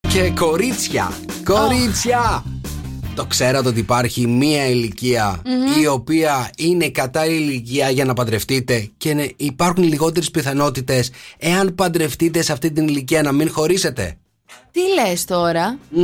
και κορίτσια. Κορίτσια! Το ξέρατε ότι υπάρχει μία ηλικία η οποία είναι κατάλληλη ηλικία για να παντρευτείτε και ναι, υπάρχουν λιγότερες πιθανότητες εάν παντρευτείτε σε αυτή την ηλικία να μην χωρίσετε. Τι λες τώρα. Ε,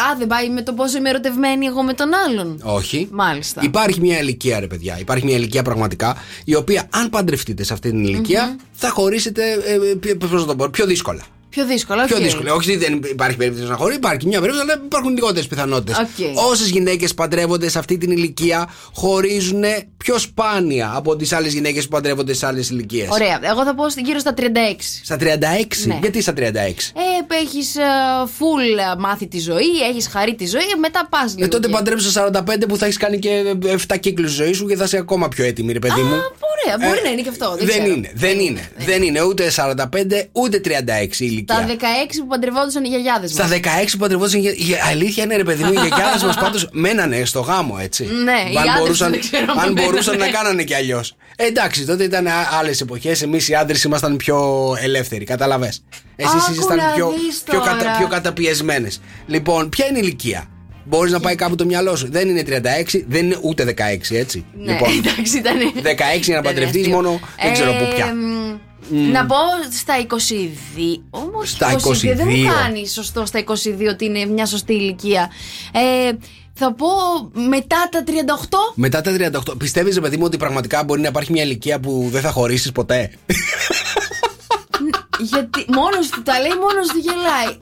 α, δεν πάει με το πόσο είμαι ερωτευμένη εγώ με τον άλλον. Όχι. Μάλιστα. Υπάρχει μια ηλικία, ρε παιδιά. Υπάρχει μια ηλικία πραγματικά η οποία, αν παντρευτείτε σε αυτή την ηλικια θα χωρίσετε. Ε, ε, πι- πώς να το πω, πιο δύσκολα. Πιο δύσκολο, Πιο οκ. δύσκολο. Όχι, δεν υπάρχει περίπτωση να χωρίσει, υπάρχει μια περίπτωση, αλλά υπάρχουν λιγότερε πιθανότητες. Οκ. Όσες γυναίκες παντρεύονται σε αυτή την ηλικία χωρίζουν πιο σπάνια από τις άλλες γυναίκες που παντρεύονται σε άλλες ηλικίες. Ωραία. Εγώ θα πω στη- γύρω στα 36. Στα 36. Ναι. Γιατί στα 36. Ε, έχει φουλ ε, μάθει τη ζωή, έχεις χαρεί τη ζωή, μετά πας λίγο. Ε, τότε και- παντρέψου στα 45 που θα έχεις κάνει και ε, 7 κύκλους ζωής σου και θα είσαι ακόμα πιο έτοιμη, ρε παιδί Α, μου. Ε, ωραία, μπορεί να είναι και αυτό, δεν δεν ξέρω. Ναι, είναι, δεν είναι. Δεν είναι ούτε 45 ούτε 36 η Τα ηλικία. 16 που παντρευόντουσαν οι γιαγιάδες μου. Στα 16 που παντρευόντουσαν. η- Η αλήθεια είναι, ρε παιδί μου, οι γιαγιάδες μας πάντως μένανε στο γάμο, έτσι. Ναι, οι άντρες αν μπορούσαν, δεν ξέρω, αν μένανε. μπορούσαν να κάνανε κι αλλιώς. εντάξει, τότε ήταν άλλες εποχές. Εμείς οι άντρες ήμασταν πιο ελεύθεροι, καταλαβέ. Εσείς Άκου ήσασταν να πιο, δεις πιο, τώρα. κατα, πιο καταπιεσμένες. Λοιπόν, ποια είναι η ηλικία. Μπορείς να πάει κάπου το μυαλό σου. Δεν είναι 36, δεν είναι ούτε 16, έτσι. Ναι, Λοιπόν, εντάξει, ήταν. 16 για να παντρευτείς μόνο, δεν ξέρω πού πια. Να πω στα 22. Όμως Στα 22 δεν 22. μου κάνει σωστό στα 22 ότι είναι μια σωστή ηλικία. Ε, θα πω μετά τα 38. μετά τα 38, πιστεύεις, ρε παιδί μου, ότι πραγματικά μπορεί να υπάρχει μια ηλικία που δεν θα χωρίσεις ποτέ. γιατί μόνος του τα λέει, μόνος του γελάει.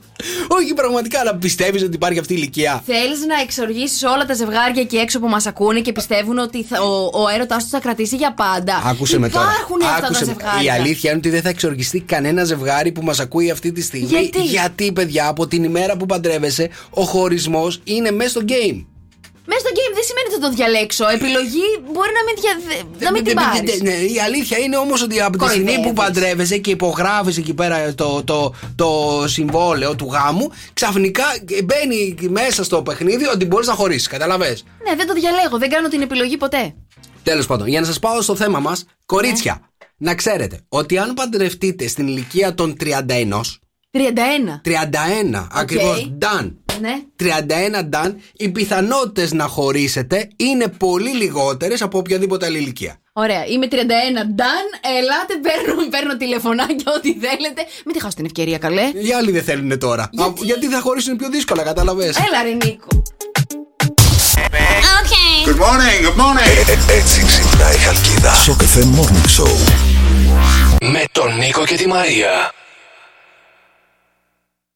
Όχι, πραγματικά, αλλά πιστεύεις ότι υπάρχει αυτή η ηλικία. Θέλεις να εξοργήσεις όλα τα ζευγάρια εκεί έξω που μας ακούνε και πιστεύουν ότι θα- ο, ο έρωτάς τους θα κρατήσει για πάντα. Άκουσε με τώρα. Υπάρχουν αυτά τα Άκουσε με. ζευγάρια. Η αλήθεια είναι ότι δεν θα εξοργιστεί κανένα ζευγάρι που μας ακούει αυτή τη στιγμή. Γιατί? παιδιά, από την ημέρα που παντρεύεσαι, ο χωρισμός είναι μέσα στο game. Μέσα στο game δεν σημαίνει ότι θα το διαλέξω. Επιλογή μπορεί να μην, δια... να μην την Δεν- δεν- πάρει. δεν- ναι, η αλήθεια είναι όμως ότι από τη στιγμή που Κοροϊδεύεις. παντρεύεσαι και υπογράφεις εκεί πέρα το, το, το συμβόλαιο του γάμου, ξαφνικά μπαίνει μέσα στο παιχνίδι ότι μπορείς να χωρίσεις. Καταλαβέ. Ναι, δεν το διαλέγω. Δεν κάνω την επιλογή ποτέ. Τέλος πάντων, για να σας πάω στο θέμα μας, κορίτσια, Ναι. να ξέρετε ότι αν παντρευτείτε στην ηλικία των 31, 31. 31 ακριβώς, done. Ναι. 31 done, οι πιθανότητες να χωρίσετε είναι πολύ λιγότερες από οποιαδήποτε άλλη ηλικία. Ωραία. Είμαι 31. Νταν, ελάτε, παίρνω, παίρνω τηλεφωνάκια, ό,τι θέλετε. Μην τη χάσω την ευκαιρία, καλέ. Οι άλλοι δεν θέλουν τώρα. Α, Γιατί? Ε, θα χωρίσουν πιο δύσκολα, κατάλαβες. Έλα, ρε Νίκο. Good morning, good morning. Ε, Έτσι ξυπνάει η Χαλκίδα. Σοκ FM Morning Show. Με τον Νίκο και τη Μαρία.